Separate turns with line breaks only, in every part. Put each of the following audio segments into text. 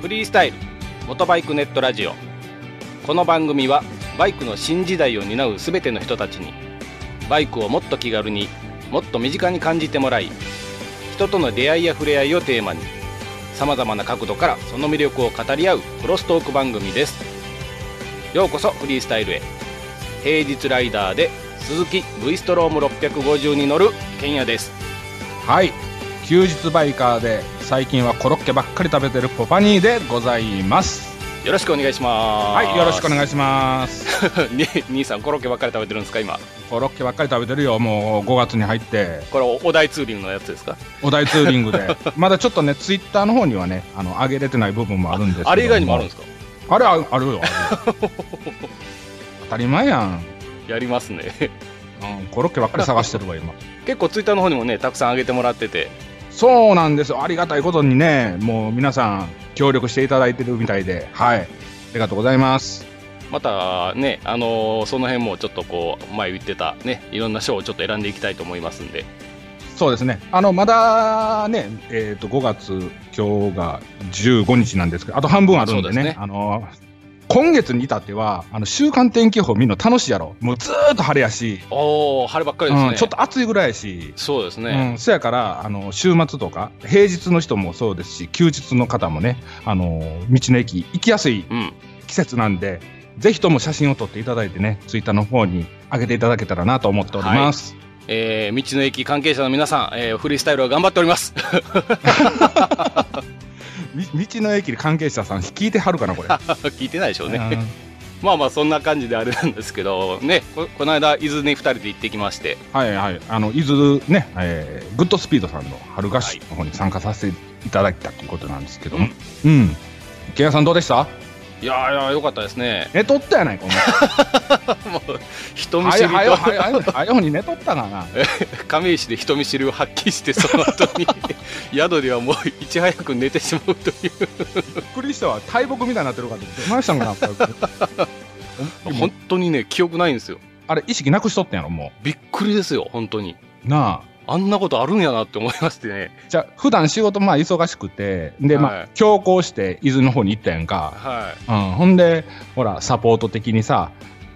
フリースタイル元バイクネットラジオこの番組はバイクの新時代を担う全ての人たちにバイクをもっと気軽にもっと身近に感じてもらい人との出会いや触れ合いをテーマにさまざまな角度からその魅力を語り合うクロストーク番組ですようこそフリースタイルへ平日ライダーで鈴木 V ストローム650に乗るけんやです
はい休日バイカーで最近はコロッケばっかり食べてるポパニーでございます
よろしくお願いします
はいよろしく お願いします
ね兄さんコロッケばっかり食べてるんですか今
コロッケばっかり食べてるよもう5月に入って
これおお題ツーリングのやつですか
お題ツーリン グでまだちょっとねツイッターの方にはねあの上げれてない部分もあるんですけど
あれ以外にもあるんですか
かあれあある よあるよ当たり前やん、
やりますね
うん、コロッケばっかり探してるわ今
結構ツイッターの方にもねたくさん上げてもらってて
そうなんですよありがたいことにねもう皆さん協力していただいてるみたいではいありがとうございます
またねあのーその辺もちょっとこう前言ってたねいろんな賞をちょっと選んでいきたいと思いますんで
そうですね。あの、まだね、えっ、と、5月、今日が15日なんですけど、あと半分あるんで
そう
ね、
ですね
あの、今月に至っては、あの、週間天気予報見るの楽しいやろ。もうずーっと晴れやし、
おお晴ればっかりですね、
うん、ちょっと暑いぐらいやし、
そうですね、
うん、そやから、あの、週末とか、平日の人もそうですし、休日の方もね、あの、道の駅行きやすい
うん
季節なんで、ぜひとも写真を撮っていただいてね、ツイッターの方に上げていただけたらなと思っております。
えー道の駅関係者の皆さん、えーフリースタイルを頑張っております
み道の駅関係者さん、聞いてはるかな、これ。
聞いてないでしょうね、
うん
まあまあそんな感じであれなんですけどねここの間伊豆に2人で行ってきまして
はいはい、あの伊豆ね、えーグッドスピードさんの春合宿の方に参加させていただいたということなんですけども、うん、池谷さん、どうでした
いやーいやーよかったですね
寝とったやないか、 お前。
もう人見
は
知
い
り
はよ
と
はよはよはよに寝とったかな。
亀石で人見知りを発揮してその後 に宿ではもういち早く寝てしまうという
びっくりしたわ、大木みたいになってるかと思って、どないしたんかな、 お
本当にね記憶ないんですよ
あれ、意識なくしとったんやろ、も
びっくりですよ本当に
う。なあ。
あんなことあるんやなって思いましてね
じゃあ普段仕事まあ忙しくてでまあ、
はい
強行して伊豆の方に行ったやんか、
は
うん、ほんでほらサポート的にさ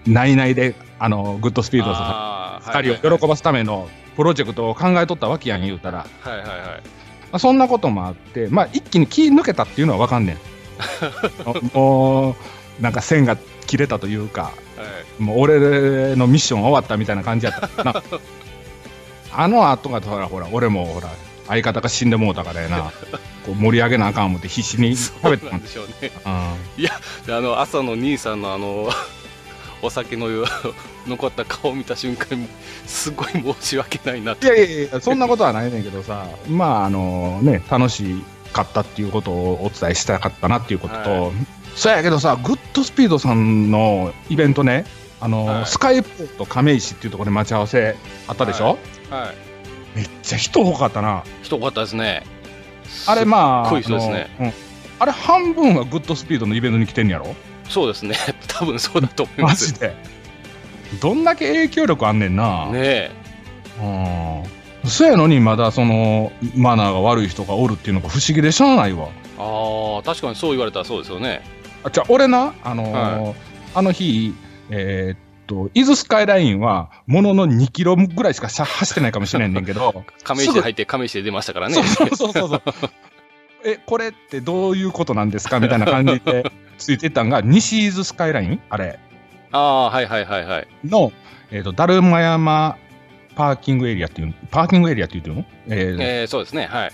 内々であのグッドスピ
い
ードさん
あー
2人を喜ばすためのプロジェクトを考えとったわけやん言うたら、ま
はいはいはいはい
あ、そんなこともあって、まあ、一気に気抜けたっていうのは分か んねんおもうなんか線が切れたというか
はい
もう俺のミッション終わったみたいな感じやっ たなあの後がほらほら俺もほら相方が死んでもうたからやなこう盛り上げなあかん思って必死に食べてた
なん
ん
で
だ、
しょうね
うん
であの朝の兄さんのあの お酒の 残った顔を見た瞬間すごい申し訳ないなっ
い
て
やいやいや、そんなことはないねんけどさ、まあ、あのね、楽しかったっていうことをお伝えしたかったなっていうことと、
は
そうやけどさ、グッドスピードさんのイベントね、あの、
はい
スカイポート亀石っていうところで待ち合わせあったでしょ、
ははい
めっちゃ人多かったな。
人多かったですね
あれ、まあ、
すっごい人ですね
あのうんあれ半分はグッドスピードのイベントに来てん やろ
そうですね多分そうだと思いま
マ
す
ジで。どんだけ影響力あんねんな。
ね
うん。そやのにまだそのマナーが悪い人がおるっていうのが不思議でしゃあないわ。
えあー確かにそう言われたらそうですよね
あじゃあ俺な、あのー
は
あの日、えーっと、伊豆スカイラインは、ものの2キロぐらいしかしゃ走ってないかもしれんねん けど、
亀石で入って亀石で出ましたからね
そうそうそうそうそう。え、これってどういうことなんですかみたいな感じでついてたんが、西伊豆スカイラインあれ
ああーはいはいはいはい
の、えーっと、だるま山パーキングエリアっていう、パーキングエリアって言うのえー
えー、そうですねはい
っ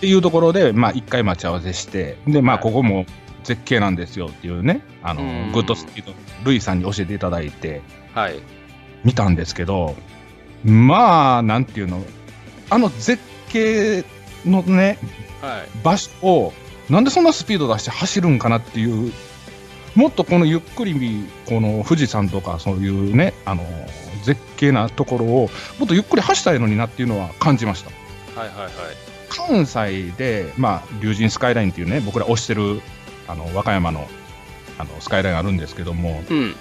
ていうところで、まあ、1回待ち合わせして、で、まあ、
はい
ここも絶景なんですよっていうね、あの
うん、
グッドスピード、ルイさんに教えていただいて、
はい
見たんですけどまあなんていうのあの絶景のね
はい
場所をなんでそんなスピード出して走るんかなっていうもっとこのゆっくりこの富士山とかそういうねあの絶景なところをもっとゆっくり走ったらいいのになっていうのは感じました
はいはいはい
関西でまあ龍神スカイラインっていうね僕ら推してるあの和歌山のあのスカイラインあるんですけども
うん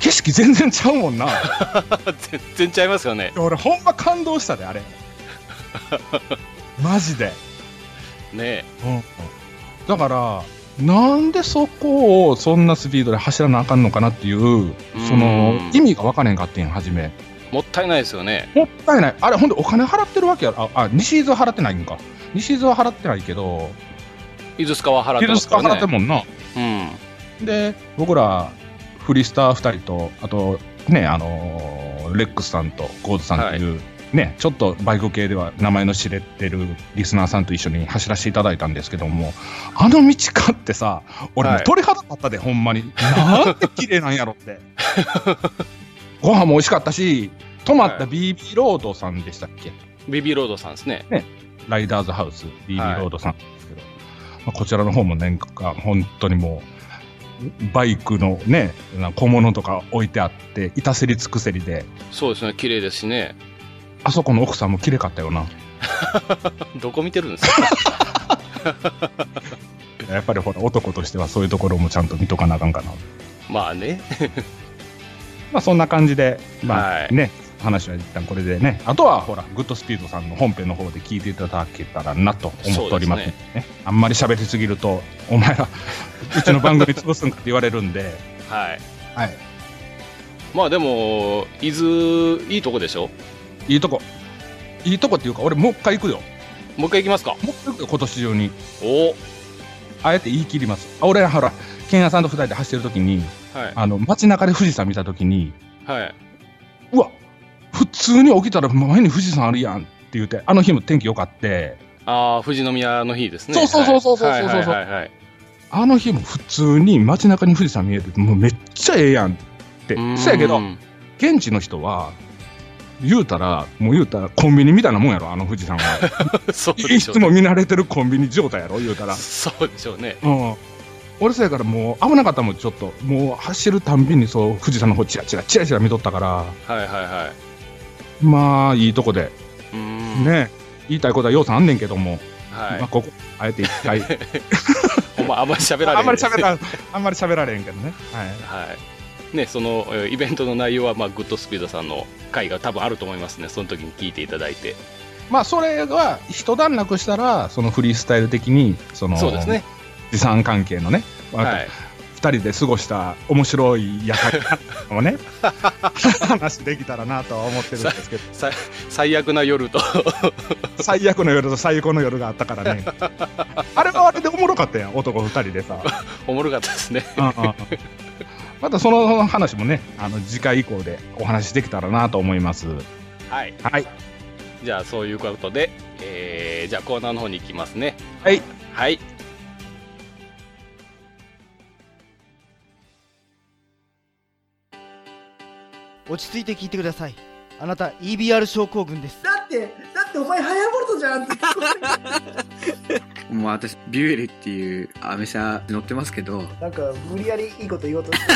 景色全然ちゃうもんな
全然ちゃいますよね
俺ほんま感動したで あれマジで、
ね
だからなんでそこをそんなスピードで走らなあかんのかなっていうその
うん
意味が分かれへんかってん初め
もったいないですよね
もったいないあれほんでお金払ってるわけやろああ西伊豆は払ってないんか西伊豆は払ってないけど
伊豆スカは払って
昼
ま
ス
す
カ
か
払
ら
ってる
ね
もんなで僕らフリスター2人とあとねあのーレックスさんとゴーズさんという、ねちょっとバイク系では名前の知れてるリスナーさんと一緒に走らせていただいたんですけどもあの道かってさ俺もう
はい
鳥肌立ったで、ほんまになんて綺麗なんやろって ご飯も美味しかったし泊まった
は
BB ロードさんでしたっけ、
うんビビロードさんですね
ライダーズハウス BB ロードさんですけど、まあ、こちらの方も年間本当にもうバイクのね小物とか置いてあっていたせり尽くせりで
そうですね綺麗ですしね
あそこの奥さんも綺麗かったよな
どこ見てるんですか
やっぱりほら男としてはそういうところもちゃんと見とかなあかんかな
まあね
まあそんな感じでま
は
あ
い
ね、話は一旦これでねあとはほらグッドスピードさんの本編の方で聞いていただけたらなと思っております
そうで
ねあんまり喋りすぎるとお前ら うちの番組潰すんかって言われるんで
はい
はい
まあでも伊豆いいとこでしょ
いいとこ。いいとこっていうか、俺もう一回行くよ。
もう一回行きますか
もう一回行くよ、今年中に。
おお
あえて言い切ります。あ俺、ほら、ケンヤさんと二人で走ってる時に、
はい
あの、街中で富士山見た時に、
はい、
うわ普通に起きたら前に富士山あるやんって言って、あの日も天気良かって、
ああ富士宮の日ですね
そうそうそうそうそう
はい
そうそう
はいはいはいはい
あの日も普通に街中に富士山見えて、もうめっちゃええやんって
うー。ん
そやけど、現地の人は、言うたら、もう言うたら、コンビニみたいなもんやろ、あの富士山は。
そう
い
で
い
しょ
つも見慣れてるコンビニ状態やろ、言うた
うね
ら。
そうでしょうね
うん、俺そやからもう危なかったもんちょっともう走るたんびにそう富士山の方チラチラチラチラ見とったから
はいはいはい
まあいいとこで
うーん
ね言いたいことは要素あんねんけども、
はい
まあ、ここあえて一 回
お前あんまり喋られ
あんまり
ない
喋らんあんまり喋られへんけどね、はい、
はいねそのえーイベントの内容は、まあ、グッドスピードさんの回が多分あると思いますねその時に聞いていただいて
まあそれが一段落したらそのフリースタイル的にその
そうですね
持参関係のね、
は
2
い
人で過ごした面白い夜会 もね話できたらなとは思ってるんですけど
さ最悪な夜と
最悪の夜と最高の夜があったから ねあれはあれでおもろかったやん男2人でさ
おもろかったですね
うんうんまたその話もねあの次回以降でお話できたらなと思います
はい
はい
じゃあそういうことで、えーじゃあコーナーの方に行きますね
はい
はい
落ち着いて聞いてくださいあなた EBR 症候群です
だって、だってお前ハヤボルトじゃんって。
もう私、ビュエルっていうアメ車乗ってますけど、
なんか、無理やりいいこと言おうとして。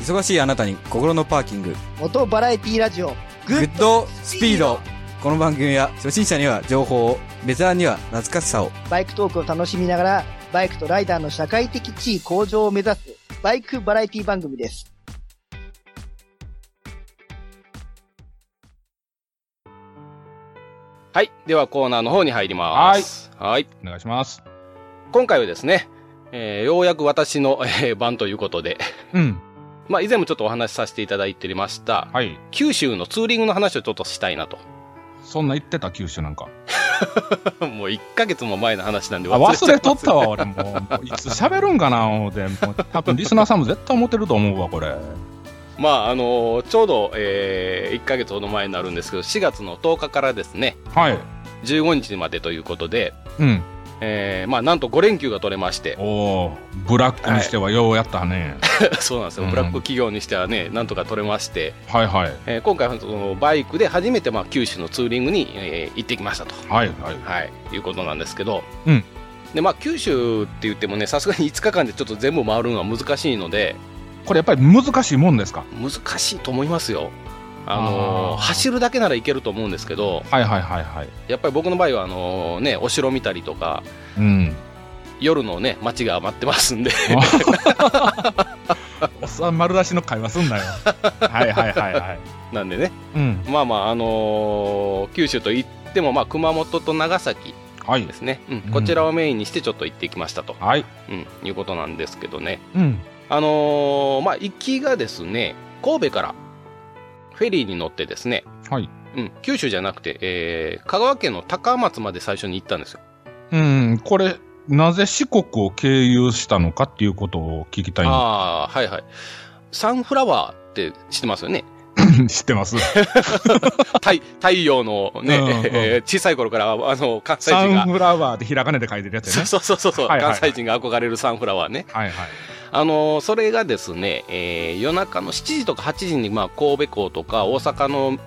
忙しいあなたに心のパーキング
元バラエティラジオグ
グッドスピードこの番組は初心者には情報をベテランには懐かしさを
バイクトークを楽しみながらバイクとライダーの社会的地位向上を目指すバイクバラエティ番組です
はいではコーナーの方に入りますはい
お願いします
今回はですね、えーようやく私の、えー番ということで、
うん
まあ、以前もちょっとお話しさせていただいておりました、
はい
九州のツーリングの話をちょっとしたいなと。
そんな言ってた九州なんか
もう1ヶ月も前の話なんで
あ
忘れ
忘
ちゃ
れ
い
と
ま
っ
す
たわ俺もうもういつ喋るんかな思うてもう多分リスナーさんも絶対思ってると思うわこれ
まあ、あのーちょうど、え1ヶ月ほど前になるんですけど、4月の10日からですね、
はい
15日までということで、
うん
えーまあ、なんと5連休が取れまして、
おおーブラックにしてはようやった ね、
そうなんです
う
よ、
ん
ブラック企業にしてはね、なんとか取れまして、
はい、はい
えー今回はそのバイクで初めて、まあ、九州のツーリングに、えー行ってきましたと。
はいはい
はい、いうことなんですけど、
うん
でまあ、九州って言ってもねさすがに5日間でちょっと全部回るのは難しいので
これやっぱり難しいもんですか
難しいと思いますよ。あの
あー
走るだけならいけると思うんですけど
はいはいはいはい
やっぱり僕の場合はあの、ね、お城見たりとか
うん
夜の、ね、街が待ってますんで
おっさん丸出しの会話すん なよ。はいはいはいはい。
なんでね
うん。
まあまあ、あのー九州といっても、まあ、熊本と長崎
はい
で。すね、うん
うん
こちらをメインにしてちょっと行ってきましたと、
はい。
うん、いうことなんですけどね
うん。
あのーまあ行きがですね神戸からフェリーに乗ってですね、
はい。
うん、九州じゃなくて、えー香川県の高松まで最初に行ったんですよ
うん、これ、なぜ四国を経由したのかっていうことを聞きたいん
ああはいはいサンフラワーって知ってますよね
で 知って ます。
太太陽のね、
うんうん
えー小さい頃からあの関西
サ
人
ン
が
フラワーでひらがなで書いてるや つ
そ
や
う
ね。
そうそうそうそう、
はいはいはい
関西人が憧れるサンフラワーね
はいはい。
あのーそれがですね、えー夜中の7時とか8時に、まあ、神戸港とか大阪の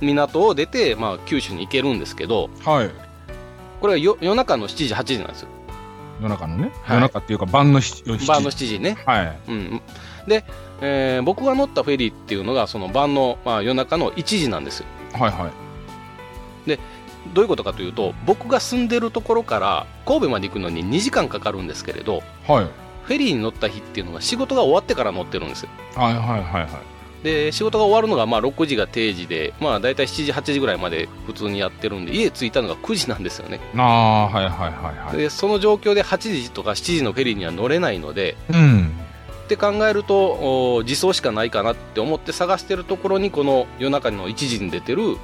港を出て、まあ、九州に行けるんですけど
はい。
これはよ夜中の7時8時なんですよ
夜中のね。
はい
夜中っていうか晩の七時。
晩の7時ね、
はい。
うん、で、えー僕が乗ったフェリーっていうのがその晩の、まあ、夜中の1時なんですよ
はいはい。
どういうことかというと僕が住んでるところから神戸まで行くのに2時間かかるんですけれど
はい。
フェリーに乗った日っていうのが仕事が終わってから乗ってるんですよ
はいはいはいはい。
で仕事が終わるのがまあ6時が定時でまあ大体7時8時ぐらいまで普通にやってるんで家着いたのが9時なんですよね、
なあ、はいはいはいはい。
でその状況で8時とか7時のフェリーには乗れないので
うん。
って考えるとお自走しかないかなって思って探してるところにこの夜中の1時に出てる、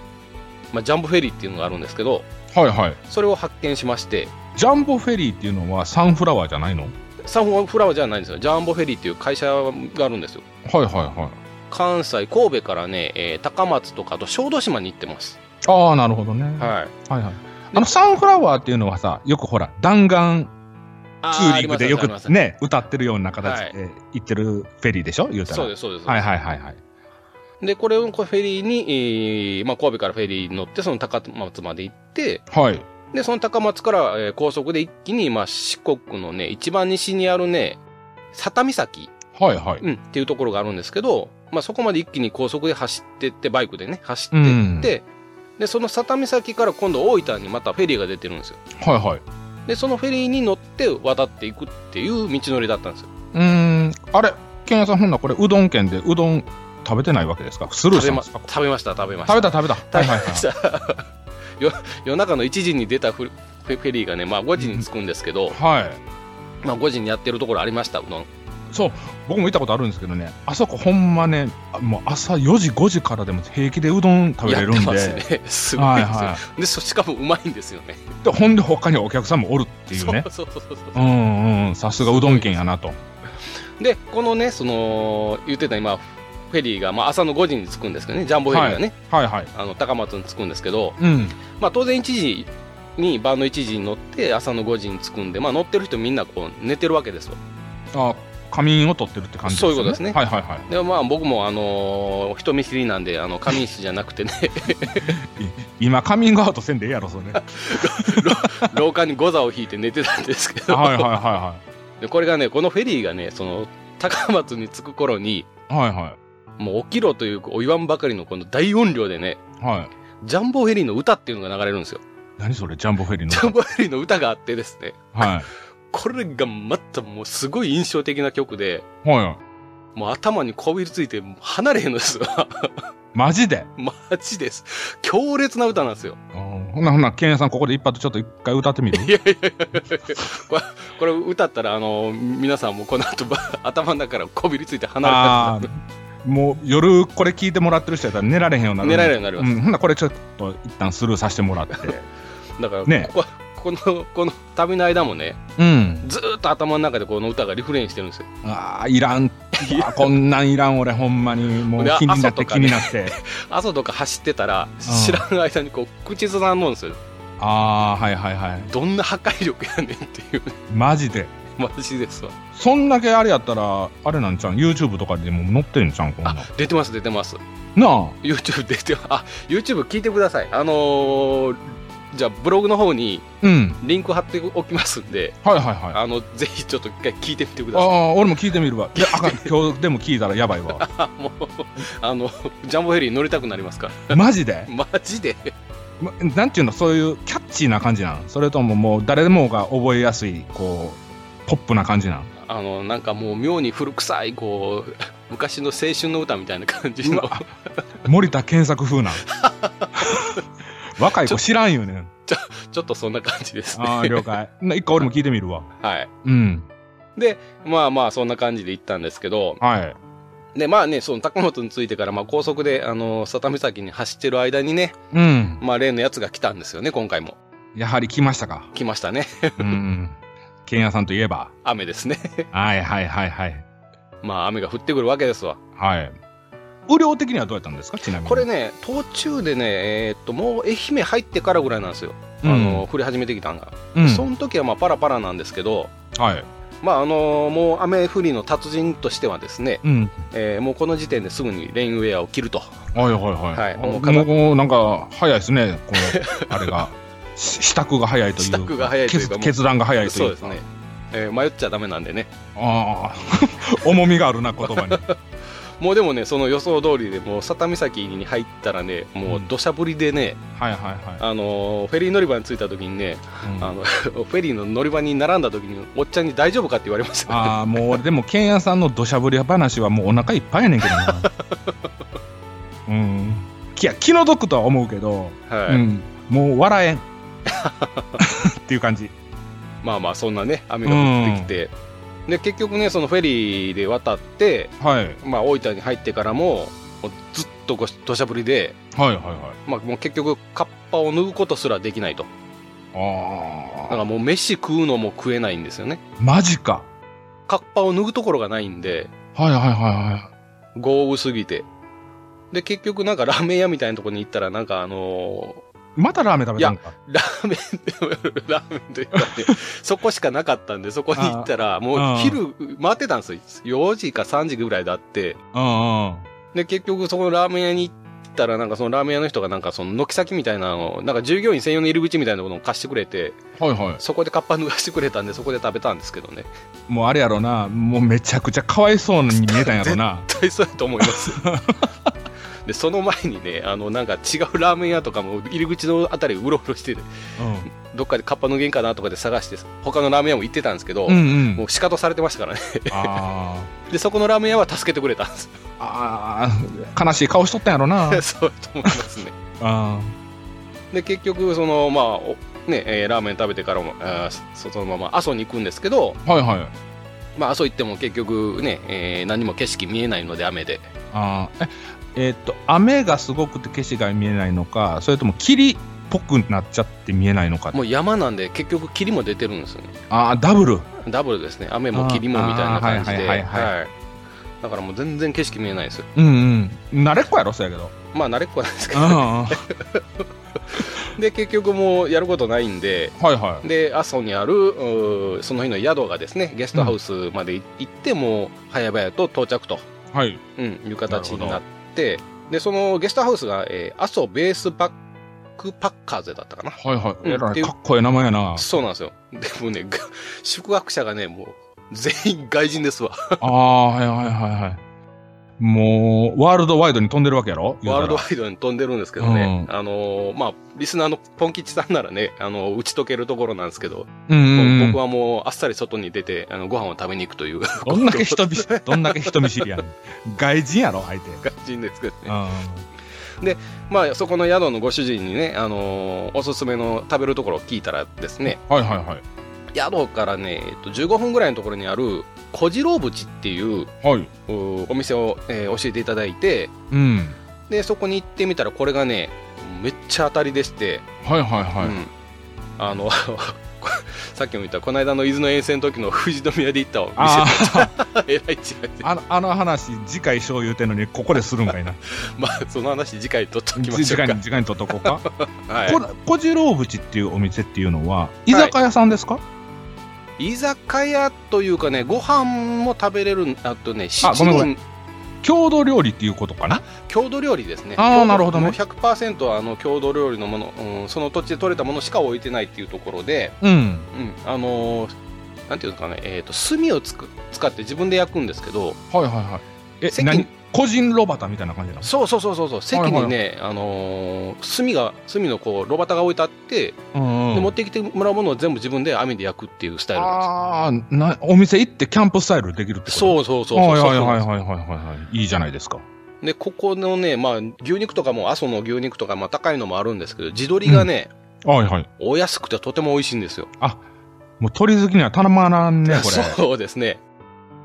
まあ、ジャンボフェリーっていうのがあるんですけど
はいはい。
それを発見しまして
ジャンボフェリーっていうのはサンフラワーじゃないのはい
サンフラワーじゃないんですよジャンボフェリーっていう会社があるんですよ
はいはい。
関西神戸からね、えー高松とかあと小豆島に行ってます
ああ、なるほどね。はい
はい
はい。あの、サンフラワーっていうのはさ、よくほら、弾丸
あ
ツーリングでよ
あります
く
あります
ね、歌ってるような形で行ってるフェリーでしょ、言うたら。
そうですそうです、
はいはいはいはい。
で、これをこうフェリーに、えーまあ、神戸からフェリーに乗って、その高松まで行って、
はい。
で、その高松から、えー高速で一気に、まあ、四国のね、一番西にあるね、佐田岬、
はいはい。
うん、っていうところがあるんですけど、まあ、そこまで一気に高速で走ってって、バイクでね、走ってって、で、その佐田岬から今度大分にまたフェリーが出てるんですよ。
はいはい。
で、そのフェリーに乗って渡っていくっていう道のりだったんですよ。
うーん、あれ、ケンヤさん、ほんならこれ、うどん県でうどん食べてないわけですかスルー
食
し
べ
たん
ま
ですか
食べました、食べました
食。べた食べた。はいはいはい。
よ夜中の1時に出たフフェフェリーがね、まあ、5時に着くんですけど、
はい。
まあ、5時にやってるところありましたうどん
そう、僕も行ったことあるんですけどね、あそこほんまね、あもう朝4時、5時からでも平気でうどん食べ
や
れ
っ
るんで。
てますね すごい
はい
ですよ、
は
でそしかもうまいんですよね
い。で、ほんで、他にお客さんもおるっていうね。
そうそうそうそう
う
そ
んうん、さすがうどん県やなと。
うでこのねその言ってた今フェリーが、まあ、朝の5時に着くんですけどねジャンボフェリーがね、
はいはい。
あの高松に着くんですけど、
うん。
まあ、当然1時に晩の1時に乗って朝の5時に着くんで、まあ、乗ってる人みんなこう寝てるわけですよ
あ仮眠を取ってるって感じです
そ
よ
ういうことですね
はいはいはい。
でまあ僕もあのー人見知りなんであの仮眠室じゃなく てね
今、カミングアウトせんでええ やろ、それ。はい
廊下にゴザを引いて寝てたんですけど
はいはいは
でこれがねこのフェリーがねその高松に着く頃に
い。はいは
もう起きろというお言わんばかりのこの大音量でね
い。はい。
ジャンボフェリーの歌っていうのが流れるんですよ
何それ、ジャンボフェリー の
ジャンボフェリーの歌があってですね
は
これがまたもうすごい印象的な曲で
い。は
もう頭にこびりついて離れへんのですわ
い。マジで。
マジです強烈な歌なんですよ
うんほなほな、ケンヤさん、ここで一発ちょっと一回歌ってみる
いやいやいやいやこれこれ歌ったらあの皆さんもこの後ば 頭の中からこびりついて離れなくなる
あーもう夜これ聞いてもらってる人やったら寝られへんようになる
寝られるようになります
うん、ほんならこれちょっと一旦スルーさせてもらって
だから、
ね
こここのこの旅の間もね
うん
ずーっと頭の中でこの歌がリフレインしてるんですよ
あーいらんあこんなんいらん俺ほんまにもう
で
気になって
朝とか
気
ね
になって、
朝とか走ってたら知らん間にこう口ずさんもんですよ
ああはいはいはい
どんな破壊力やねんっていう
マジで
マジですわ
そんだけあれやったらあれなんちゃうん YouTube とかでも載ってんちゃうんこんなんな
あ出てます出てます
あ
YouTube 出てあ YouTube 聞いてくださいあのーじゃあブログの方に
うん
リンク貼っておきますんで
はいはいはいあ
あのぜひちょっと一回聞いてみてください
あー俺も聞いてみるわいや あかん今日でも聞いたらやばいわ
あもうあのジャンボヘリー乗りたくなりますか
マジで
らマジで
まなんていうのそういうキャッチーな感じなんそれとももう誰でもが覚えやすいこうポップな感じなん
あのなんかもう妙に古臭いこう昔の青春の歌みたいな感じの
うわ 森田健作風なん若い子知らんよね
ちちょっとそんな感じですね。
ああ、了解。な一回俺も聞いてみるわ。
はい。
うん。
まあまあ、そんな感じで行ったんですけど、
はい。
で、まあね、その高本についてから、まあ高速で、あの、佐田岬に走ってる間にね、
うん。
まあ例のやつが来たんですよね、今回も。
やはり来ましたか。
来ましたね。
うん。ケンヤさんといえば。
雨ですね。
はいはいはいはい。
まあ雨が降ってくるわけですわ。
はい。雨量的にはどうやったんですかちなみに。
これね、途中でね、えーっと、もう愛媛入ってからぐらいなんですよ。
うん、
あの、降り始めてきたんが。
うん、
その時はまあパラパラなんですけど、
はい。
まああのもう雨降りの達人としてはですね、
うん。
えーもうこの時点ですぐにレインウェアを着ると。
はいはいはい。
はい
あ
も
も
うかな
うなんか早いですね、このあれが。 し支度が早いという
支度が早いというか
決
もう
決断が早いというか
そうですね。えー迷っちゃダメなんでね。
ああ 重みがあるな言葉に
もうでもね、その予想通りで、もう佐田岬に入ったらね、もう土砂降りでね、
はいはいは
あのーフェリー乗り場に着いた時にね、
い、うん
あの フェリーの乗り場に並んだ時に、おっちゃんに大丈夫かって言われました、
ああもう俺でもケンヤさんの土砂降り話はもうお腹いっぱいやねんけど なうんいや気の毒とは思うけど、
はい
うん、もう笑えんっていう感じ
まあまあ、そんなね、雨が降ってきて、で結局ね、そのフェリーで渡って、
はい
まあ、大分に入ってからも、もうずっとご土砂降りで、
はいはいはい
まあ、もう結局、カッパを脱ぐことすらできないと、だか
ああ
らもう飯食うのも食えないんですよね、
マジか
カッパを脱ぐところがないんで、
はいはいはいは
豪雨すぎて。で、結局なんかラーメン屋みたいなとこに行ったら、なんかあの
いまたラーメン食べたんか
ーラーメンで、ラーメンというか ね、そこしかなかったんで、そこに行ったら、もう昼回ってたんですよ。4時か3時ぐらいだって。
うんうん
で、結局そのラーメン屋に行ったら、なんかそのラーメン屋の人がなんかその軒先みたいなのを、なんか従業員専用の入り口みたいなものを貸してくれて、
はいはい
そこでカッパ脱がしてくれたんで、そこで食べたんですけどね。
もうあれやろなもうめちゃくちゃかわいそうに見えたんやろな
絶対そうやと思いま す。でその前にねあのなんか違うラーメン屋とかも入り口のあたりうろうろしてて
う
どっかでカッパ脱げんかなとかで探して他のラーメン屋も行ってたんですけど、
んうんう
も
ん
う仕方されてましたからね
あー
でそこのラーメン屋は助けてくれたんです
ああ悲しい顔しとったんやろな
そうやと思いますね
あ
で結局そのまあおねえーラーメン食べてからもあーそそのまま阿蘇に行くんですけど、
ーはいはい
まあ、阿蘇行っても結局ね、えー何も景色見えないので雨で
あーええーっと雨がすごくて景色が見えないのかそれとも霧っぽくなっちゃって見えないのか
もう山なんで結局霧も出てるんですよね
ああダブル
ダブルですね雨も霧もみたいな感じ
あー
で
はいはいはい
はいだからもう全然景色見えないですよ
うんうん慣れっこやろそうやけど
まあ慣れっこなんですけ
う
ど、
んうんはい
で結局もうやることないんで
はい
で阿蘇にあるうーその日の宿がですねゲストハウスまで行行って、もう早々と到着と、
はい
うん、いう形になってでそのゲストハウスが、えー、阿蘇ベースバックパッカーズだったかな
はいはいえ
うんっ
ら
てい
いうかっこええ名前やな
そうなんですよでもねが宿泊者がねもう全員外人ですわ
ああはいはいはいはいもうワールドワイドに飛んでるわけやろ言う
ワー
た
ル
ら
ドワイドに飛んでるんですけどね、
う
あのーまあ、リスナーのポン吉さんならね、 あのー打ち解けるところなんですけど、
うんうんうん
僕はもうあっさり外に出て、あのご飯を食べに行くという
どんだけ人見知りどんだけ人見知りやねん外人やろ相手
感じですけど
う
ね、
ん
まあ、そこの宿のご主人にね、あのーおすすめの食べるところを聞いたらですね、
はいはいはい
宿からね、えっと、15分ぐらいのところにある小次郎淵っていう
はいう
ーお店を、えー教えていただいて
うん
で、そこに行ってみたら、これがね、めっちゃ当たりでして。
はいはいはい、
うん、あの さっきも言ったこの間の伊豆の遠征の時の富士宮で行ったお
あー
店えらい違いで
あのあの話次回しよう言うてんのにここでするんか いな
まあその話次回取っときましょ
次
う
回
か
に次回にとっとこうか、
は
こ小次郎淵っていうお店っていうのは居酒屋さんですか、
い、居酒屋というかねご飯も食べれるあとね七
ごめんごめ
人
郷土料理っていうことかな
郷土料理ですね
あー
郷土
なるほどね
もう100%はあの郷土料理のもの、うん、その土地で採れたものしか置いてないっていうところで、
うん
うん、あのーなんていうのかね、えー、と炭をつく使って自分で焼くんですけど
はいはいはいえ
席
何個人ロバタみたいな感じな
そうそうそうそうそう席にね、あのー炭が炭のこう炉端が置いてあって、で
のうん
持
う
っ
ん
てきてもらうものを全部自分で網で焼くっていうスタイルなんで
あーなお店行ってキャンプスタイルできるってこと
すそうそうそうそう
はいはい
そう
は
ないん
は
で
いはいはいはいいいじゃないですか
すでここのね、まあ、牛肉とかも阿蘇の牛肉とか、まあ、高いのもあるんですけど地鶏がね、
はいはい。
お安くてとても美味しいんですよ。
もう鳥好きにはたまらんね、これ。
そうですね。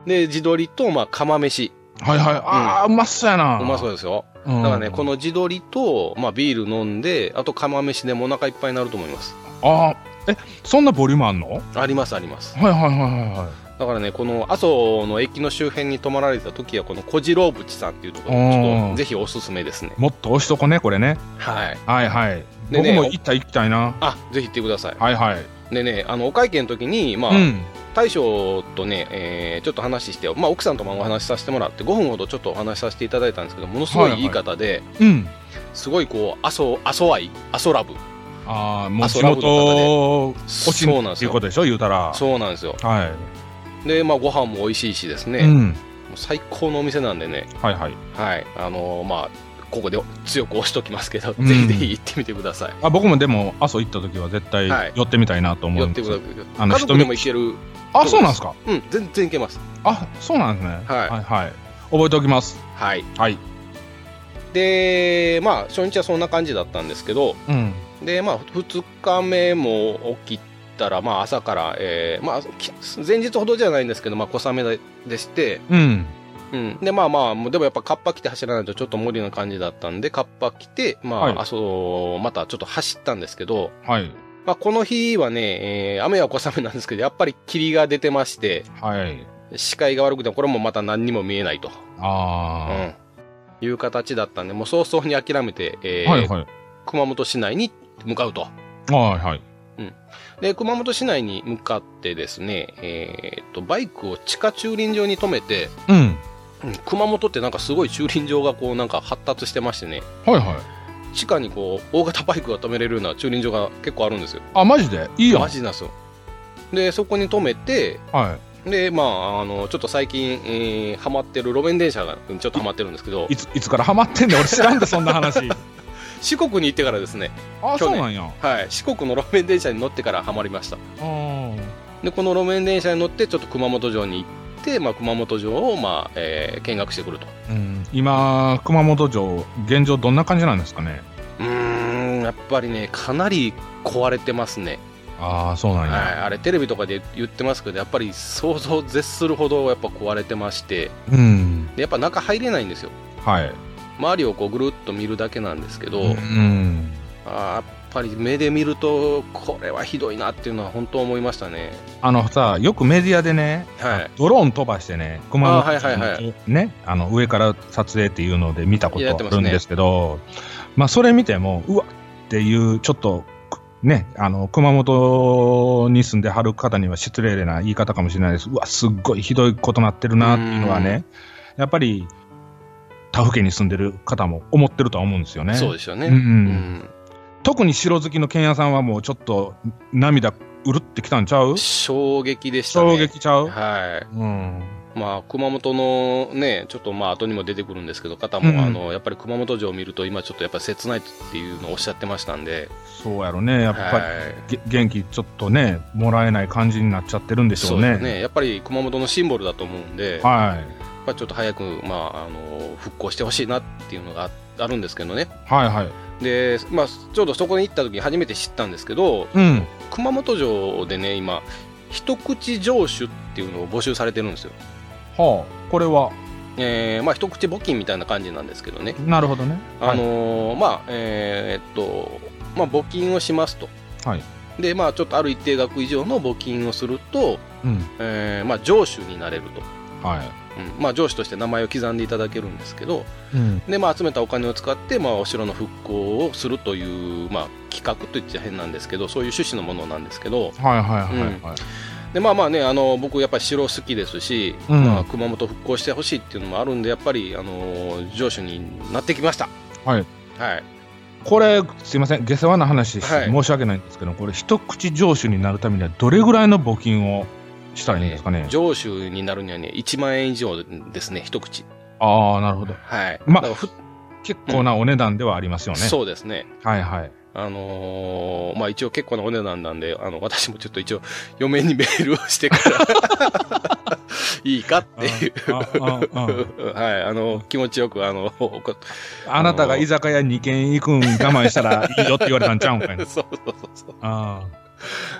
で、地鶏と、まあ、釜飯。
はいはい。ああ、うまそうやな。
うまそう
う
ですよ。
だか
だからね、こ。の地鶏と、まあ、ビール飲んで、あと釜飯でもお腹いっぱいになると思います。
ああ、え、そんなボリュームあんのはい
あります、あります。
はいはいはいはい。
だからね、この阿蘇の駅の周辺に泊まられた時は、この小次郎淵さんっていうところ
う
で、
ん
ちょっとぜひおすすめですね。
もっと押しとこね、これね。
はい。
はいはい。
でね
僕も行った行きたいな。
あ、ぜひ行ってくださ
はいはい。
い。でね、あの、お会計の時に、まあ、
うん。
大将とね、えーちょっと話して、まあ、奥さんともお話しさせてもらって、5分ほどちょっとお話しさせていただいたんですけど、ものすごいいい方で、
うん。
すごいこう、阿蘇、阿蘇愛、阿蘇ラブ。
ああ、もう
あ
地
そうラブの方で
元推し
そうなんですよ
っていうことでしょ、言うたら。
そうなんですよ。
は
で、まあ、ご飯も美味しいしです
い。
ね、
う。
もうん最高のお店なんでね、
はいはい。
はい、あのーまあ、ここで強く押しときますけど、
うん
ぜひぜひ行ってみてください。
あ僕もでも、阿蘇行った時は絶対
はい
寄ってみたいなと思
寄
う
っ
ん
て
です
くだ
よ
さ
あ
い。
の
家
人
族でも
見
行ける。
あ、そうなんですか。
うん、全然行けます。
あ、そうなんですね。
はい
はいはい。覚えておきます。
はい。
はい。
で、まあ、初日はそんな感じだったんですけど、
うん。
で、まあ、2日目も起きたら、まあ、朝から、えーまあ、き前日ほどじゃないんですけど、まあ、小雨でして、
うん。
うん、で、まあまあ、もうでもやっぱ、カッパ着て走らないとちょっと無理な感じだったんで、カッパ着て、まあ、
はい
あそう、またちょっと走ったんですけど、
はい。
まあ、この日はね、えー雨は小雨なんですけど、やっぱり霧が出てまして、
はい。
視界が悪くて、これもまた何にも見えないと、う
あ
ん、いう形だったんで、もう早々に諦めて、え
あ。
ー
はいはい。
熊本市内に向かうと。
はいはい。
で、熊本市内に向かってですね、えーっと、バイクを地下駐輪場に止めて、
うん。
うん熊本ってなんかすごい駐輪場がこうなんか発達してましてね、
はいはい。
地下にこう大型バイクが止めれるような駐輪場が結構あるんですよ。
あ、マジでいいやん。
マジなんですよ。で、そこに止めて、
は
で、まあ、あの、ちょっと最近、えーハマってる路面電車がうんちょっとハマってるんですけど
い。、いつ、いつからハマってんねん俺知らんで、そん な話。
四国に行ってからですね、
あ、
去
そう
年
なんや。
はい、四国の路面電車に乗ってからハマりました。
うん。
で、この路面電車に乗って、ちょっと熊本城に行って、まあ、熊本城を、まあ、えー見学してくると。
うん、今、熊本城、現状どんな感じなんですかね。
うーん、やっぱりね、かなり壊れてますね。
ああ、そうなんや。
はい、あれテレビとかで言ってますけどやっぱり想像を絶するほどやっぱ壊れてまして
うん。
でやっぱ中入れないんですよ
はい。
周りをこうぐるっと見るだけなんですけど、
うん。
あーやっぱり目で見るとこれはひどいなっていうのは本当思いましたね
あのさ、よくメディアでね、
はい
ドローン飛ばしてね、熊
あは
本
いはいは
城ね、あの上から撮影っていうので見たこと
や
あ
ってま
る
す
ん
ね
ですけど、まあそれ見ても、うわっていう、ちょっと、ね、あの熊本に住んではる方には失礼な言い方かもしれないです、うわ、すっごいひどいことなってるなっていうのはね、やっぱり他府県に住んでる方も思ってるとは思うんですよね。
そうですよね、
うん
うん
特に城好きの剣屋さんはもうちょっと涙うるってきたんちゃう
衝撃でしたね
衝撃ちゃう、
はい
うん
まあ、熊本のね、ちょっとまあ後にも出てくるんですけど、方も、
うん
あのやっぱり熊本城を見ると、今ちょっとやっぱり切ないっていうのをおっしゃってましたんで、
そうやろね、やっぱり、
はい、
げ元気ちょっとね、もらえない感じになっちゃってるんでしょ
そうう
ね。
ですね、やっぱり熊本のシンボルだと思うんで、やっ
はい、
ぱりちょっと早く、まあ、あの復興してほしいなっていうのがああるんですけどね、
はいはい。
で、まあ、ちょうどそこに行った時に初めて知ったんですけど、
うん。
熊本城でね、今、一口城主っていうのを募集されてるんですよ。
はあ、これは、
えーまあ、一口募金みたいな感じなんですけどね、
なるほどね。
あのーまあ、えーっと、まあ、募金をしますと。
はい
でまあ、ちょっとある一定額以上の募金をすると、
うん。
えーまあ、城主になれると、
はい。
うんまあ、上司として名前を刻んでいただけるんですけど
うん。
で、まあ、集めたお金を使って、まあ、お城の復興をするという、まあ、企画といっちゃ変なんですけどそういう趣旨のものなんですけど
はいはいはいはい。
でまあまあねあの僕やっぱり城好きですし、
うん
まあ、熊本復興してほしいっていうのもあるんでやっぱりあの上司になってきました
はい、
はい、
これ、すいません、下世話な話して、
はい
申し訳ないんですけど、これ、一口上手になるためには、どれぐらいの募金をしたらいいんですかね。
上司になるにはね1万円以上ですね一口
ああ、なるほど。
はい
ま
だ
あ
からふ
結構なお値段ではありますよね。
そうですね
はいはい。
あのーまあ一応結構 なお値段なんで、あの、私もちょっと一応、嫁にメールをしてから、いいかっていう。
ああああ
はい、あの、気持ちよく、あの、こ
あなたが居酒屋2軒行くん我慢したらいいよって言われたんちゃうんかいな。
そうそうそうそう。
あ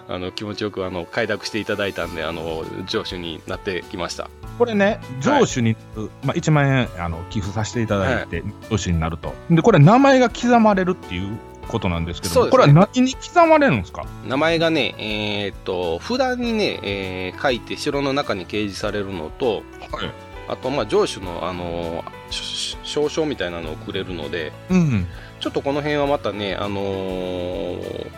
あの、気持ちよく、あの、快諾していただいたんで、あの、上手になってきました。
あこれね、上手に、まあ、1万円あの寄付させていただいて、上手になると。で、これ、名前が刻まれるっていうことなんですけど、
そうですね
これは何に刻まれるんですか
名前がね、えーっと、札にね、えー書いて城の中に掲示されるのと、
はい
あと、まあ、上司の、あの、し証書みたいなのをくれるので、
うん。
ちょっとこの辺はまたね、あのー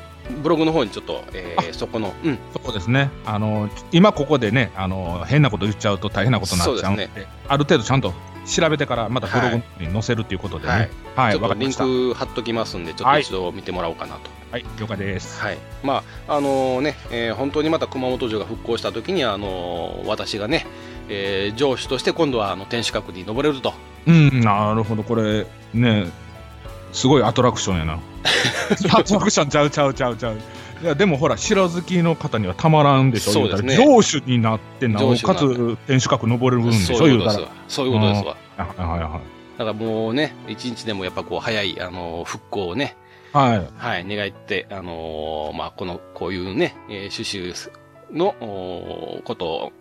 ブログの方にちょっと、えーそこの、うん、
そうですね。あの、今ここでね、あの、変なこと言っちゃうと大変なことになっちゃうんで、
そう
ある程度ちゃんと調べてから、またブログに載せるということで
はい
ね。はい、
ち
わ、
ょっと
かり
リ
ま
ン
した。
ク貼っときますんで、ちょっと一度見てもらおうかなと。
はい、了解です。
はい、まああのね、えー本当にまた熊本城が復興した時にはあのー私がね、えー城主として今度はあの天守閣に登れると
うん、なるほど、これ、ね、すごいアトラクション やな。アトラクションちゃうちゃうちゃうちゃう。いやでもほら城好きの方にはたまらんでしょ
そうですね
言うたら上手になってなおかつ
城主
天守閣登れるんでしょ
そういうことです
言う
わそういうことですわ
たらはいは
だからもうね一日でもやっぱこう早いあのー復興をね
いはいはい
はい願ってあのーまあこのこういうね、えー、種々のおーことを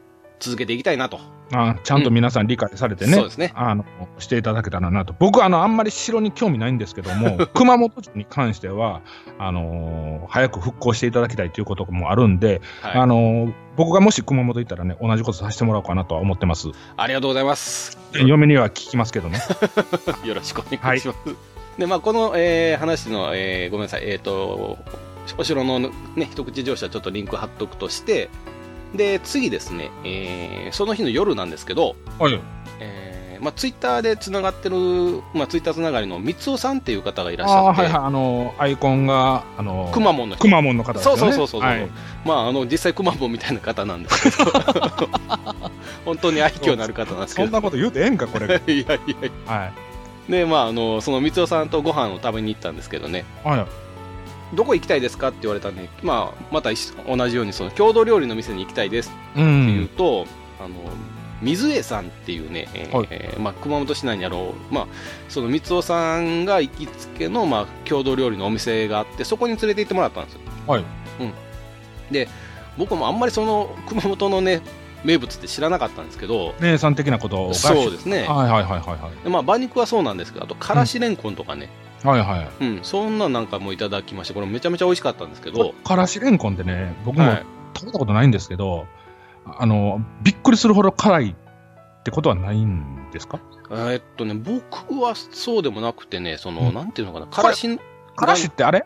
続けていきたいなと
あちゃんと皆さん理解されてね、
そうですね
あのしていただけたらなと僕あのあんまり城に興味ないんですけ ども熊本城に関してはあのー早く復興していただきたいということもあるんで、
はい
あのー僕がもし熊本行ったらね同じことさせてもらおうかなとは思ってます
ありがとうございます
嫁には聞きますけ どね
よろしくお願いします。で、まあ、この、えー話の、えーごめんなさい、えっ、と、お城のね、一口乗車ちょっとリンク貼っとくとして、で、次ですね、えーその日の夜なんですけど、
はい
えーまあ、ツイッターでつながってる、まあ、ツイッターつながりの三尾さんっていう方がいらっし
あ
ゃ
ー
って、
はいはいあのーアイコンがあの
くまモンの人
くまモンの方です
そ
よ
う
ね
そうそうそう、
はい
まああの実際くまモンみたいな方なんです けど本当に愛嬌のある方なんです
そ
け
ん
ど
なこと言うてええんか これ、はい、
いやいやいやでまああのその三尾さんとご飯を食べに行ったんですけどね
はい
どこ行きたいですかって言われたんで、まあ、また一緒同じようにその郷土料理の店に行きたいですって
う
言うんと、あの水江さんっていうね、えー
はい
えーまあ、熊本市内にあろう、まあ、その三尾さんが行きつけの、まあ、郷土料理のお店があってそこに連れて行ってもらったんですよ、
はい
うん、で僕もあんまりその熊本のね名物って知らなかったんですけど
姉さん的なことが
そうですね
はいはいはいはいはい
でまあ、馬肉はそうなんですけどあとからしれんこんとかね、
はいはい
うんそんなんなんかもいただきましてこれめちゃめちゃ美味しかったんですけど、
からしれんこんってね僕も
はい
食べたことないんですけど、あのびっくりするほど辛いってことはないんですか
えーっとね、僕はそうでもなくてね、その、
うん
なんていうのかな、からし
からしってあれ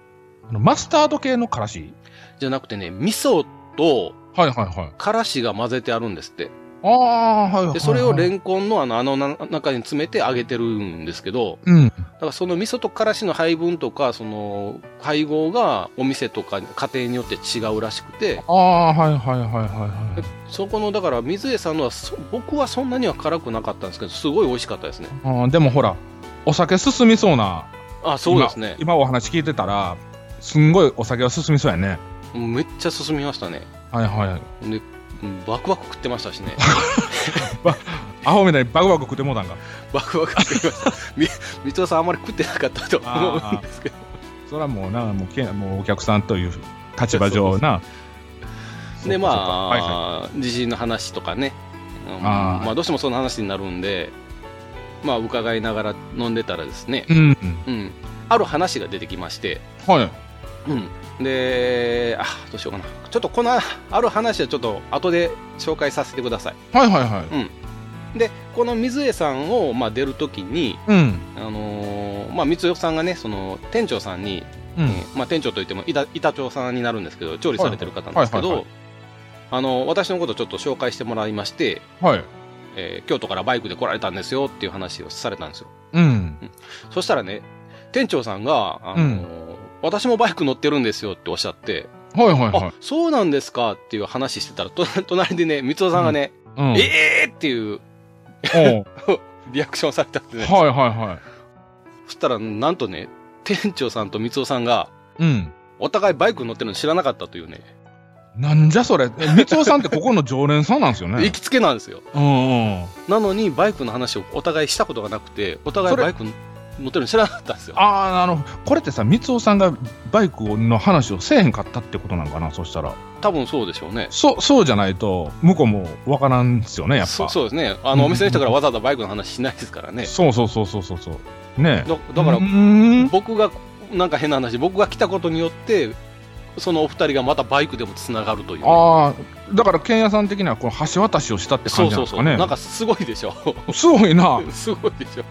あのマスタード系のからし
じゃなくてね、味噌と
はいはいはい
からしが混ぜてあるんですって。
ああはいはいはい
で、それをレ
ン
ンコンのあの、あのな中に詰めて揚げてるんですけど、
うん
だからその味噌とからしの配分とか、その、配合がお店とか家庭によって違うらしくて、
ああはいはいはいはいはい
そこの、だから水江さんのはそ、僕はそんなには辛くなかったんですけど、すごい美味しかったですね。
あーでもほらお酒進みそうな
あ、そうですね。
今今お話聞いてたらすんごいお酒が進みそうやね
めっちゃ進みましたね。
はいはい
で、うんバクバク食ってましたしね。
アホみたいにバクバク食ってもう たんか
バクバク食いました。み、 三つさんあんまり食ってなかったと思うんですけど。
それはもうなもうけもうお客さんという立場上な
で、まあ、
そうかそうかはいはい
地震の話とかね。うん
あー
まあ、どうしてもその話になるんで、まあ、伺いながら飲んでたらですね、
うん
うん。ある話が出てきまして、
はい
うん。で、あ、どうしようかな。ちょっとこの、ある話はちょっと後で紹介させてください。
はいはいはい
で、この水江さんを、まあ、出るときに、
うん
あのーまあ、三代さんがね、その、店長さんに、
うん
えーまあ、店長といっても板板長さんになるんですけど調理されてる方なんですけ
はいはい
どあの私のことをちょっと紹介してもらいまして、
はい
えー京都からバイクで来られたんですよっていう話をされたんですよ
うん
そしたらね店長さんが、あのー私もバイク乗ってるんですよ」っておっしゃって
はいはい
「あそうなんですか」っていう話してたらと 隣でね光雄さんがね「
い
ええー!」っていう
うんおう
リアクションされたんで、ね、
はいはいは
そしたらなんとね店長さんと光雄さんが
いうん
お互いバイク乗ってるの知らなかったというね
なんじゃそれ。え三尾さんってここの常連さんなんですよね
行。きつけなんですよ
うんうん。
なのにバイクの話をお互いしたことがなくてお互い
それ
バイク乗ってるの知らなかったんですよ
ああ、あの、これってさ、三尾さんがバイクの話をせえへんかったってことなのかな、そしたら。
多分そうでしょうね
そそうじゃないと、向こうもわからんですよね、やっぱ。
そそううですねあ
うん
のお店の人からわざわざバイクの話しないですからね
そうそうそうそうそうそう。ねえ。
だだから
うーん
僕がなんか変な話僕が来たことによってそのお二人がまたバイクでもつながるという
ああ、だから、剣屋さん的には、この橋渡しをしたって
そ
感
う
じなん
そう
です
そう
かね。
なんかすごいでしょ
すごいな。
すごいでしょ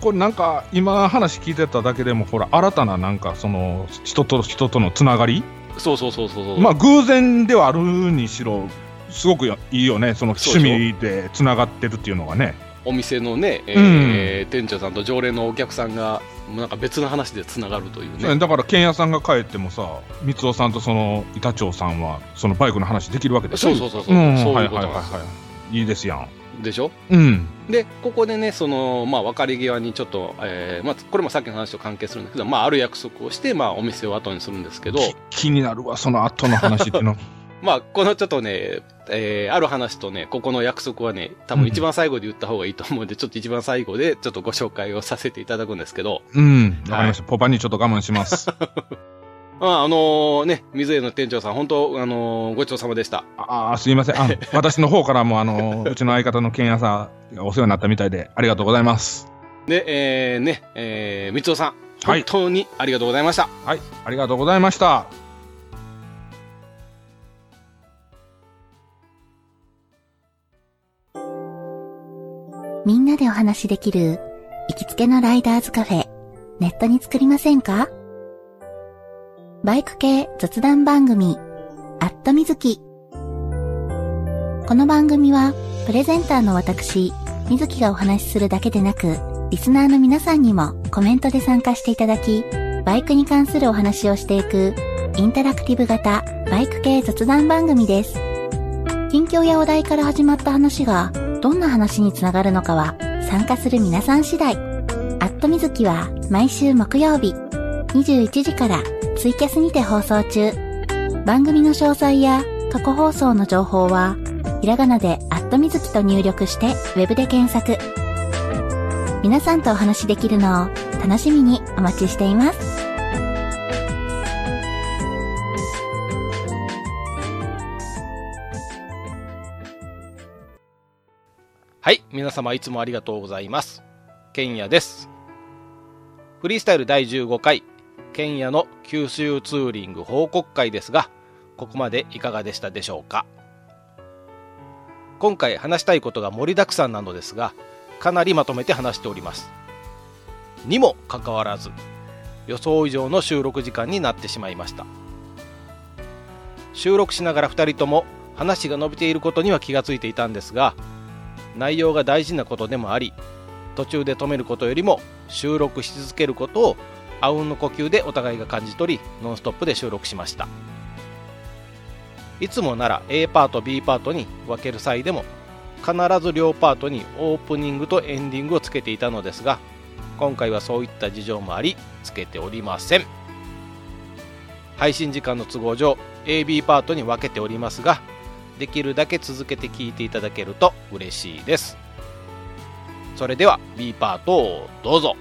これなんか、今話聞いてただけでも、ほら、新たななんか、その、人と人とのつながり
そうそうそうそうそう
まあ、偶然ではあるにしろ、すごくよいいよね。その趣味でつながってるっていうのがね。
お店のね、えー店長さんと常連のお客さんがもうなんか別の話でつながるというね
だから、剣屋さんが帰ってもさ、三尾さんとその板長さんは、そのバイクの話できるわけでし
そ
ょ
うそうそうそう、
ん
そう
はいいう
こ
はい
と
は
ないんですよ
はい。いい
で
ですやん。
しょ
うん。
でここでねその、まあ、別れ際にちょっと、えーまあ、これもさっきの話と関係するんだけど、まあ、ある約束をして、まあ、お店を後にするんですけど、
き気になるわ、その後の話ってい うの。
まあ、このちょっとね、えーある話とねここの約束はね多分一番最後で言った方がいいと思うんで、ちょっと一番最後でちょっとご紹介をさせていただくんですけど、
うん。わかりました。ポパにちょっと我慢します。
まああのね水江の店長さん本当あのーごちそうさまでした
ああ、すいません。あ私の方からも、あの、うちの相方の剣屋さんがお世話になったみたいで、ありがとうございます。
でえーねえー、三尾さん
は
本
い
当にありがとうございました、
はい。ありがとうございました。
みんなでお話しできる、行きつけのライダーズカフェ、ネットに作りませんかバイク系雑談番組、アットみずき。この番組は、プレゼンターの私、みずきがお話しするだけでなく、リスナーの皆さんにもコメントで参加していただき、バイクに関するお話をしていく、インタラクティブ型バイク系雑談番組です。近況やお題から始まった話が、どんな話につながるのかは参加する皆さん次第。アットみずきは毎週木曜日21時からツイキャスにて放送中。番組の詳細や過去放送の情報はひらがなでアットみずきと入力してウェブで検索。皆さんとお話しできるのを楽しみにお待ちしています。
はい、皆様いつもありがとうございます。ケンヤです。フリースタイル第15回、ケンヤの九州ツーリング報告会ですが、ここまでいかがでしたでしょうか今回話したいことが盛りだくさんなのですが、かなりまとめて話しております。にもかかわらず、予想以上の収録時間になってしまいました。収録しながら2人とも話が伸びていることには気がついていたんですが、内容が大事なことでもあり途中で止めることよりも収録し続けることをあうんの呼吸でお互いが感じ取りノンストップで収録しましたいつもなら A パート B パートに分ける際でも必ず両パートにオープニングとエンディングをつけていたのですが今回はそういった事情もありつけておりません配信時間の都合上 AB パートに分けておりますができるだけ続けて聞いていただけると嬉しいですそれでは B パートをどうぞ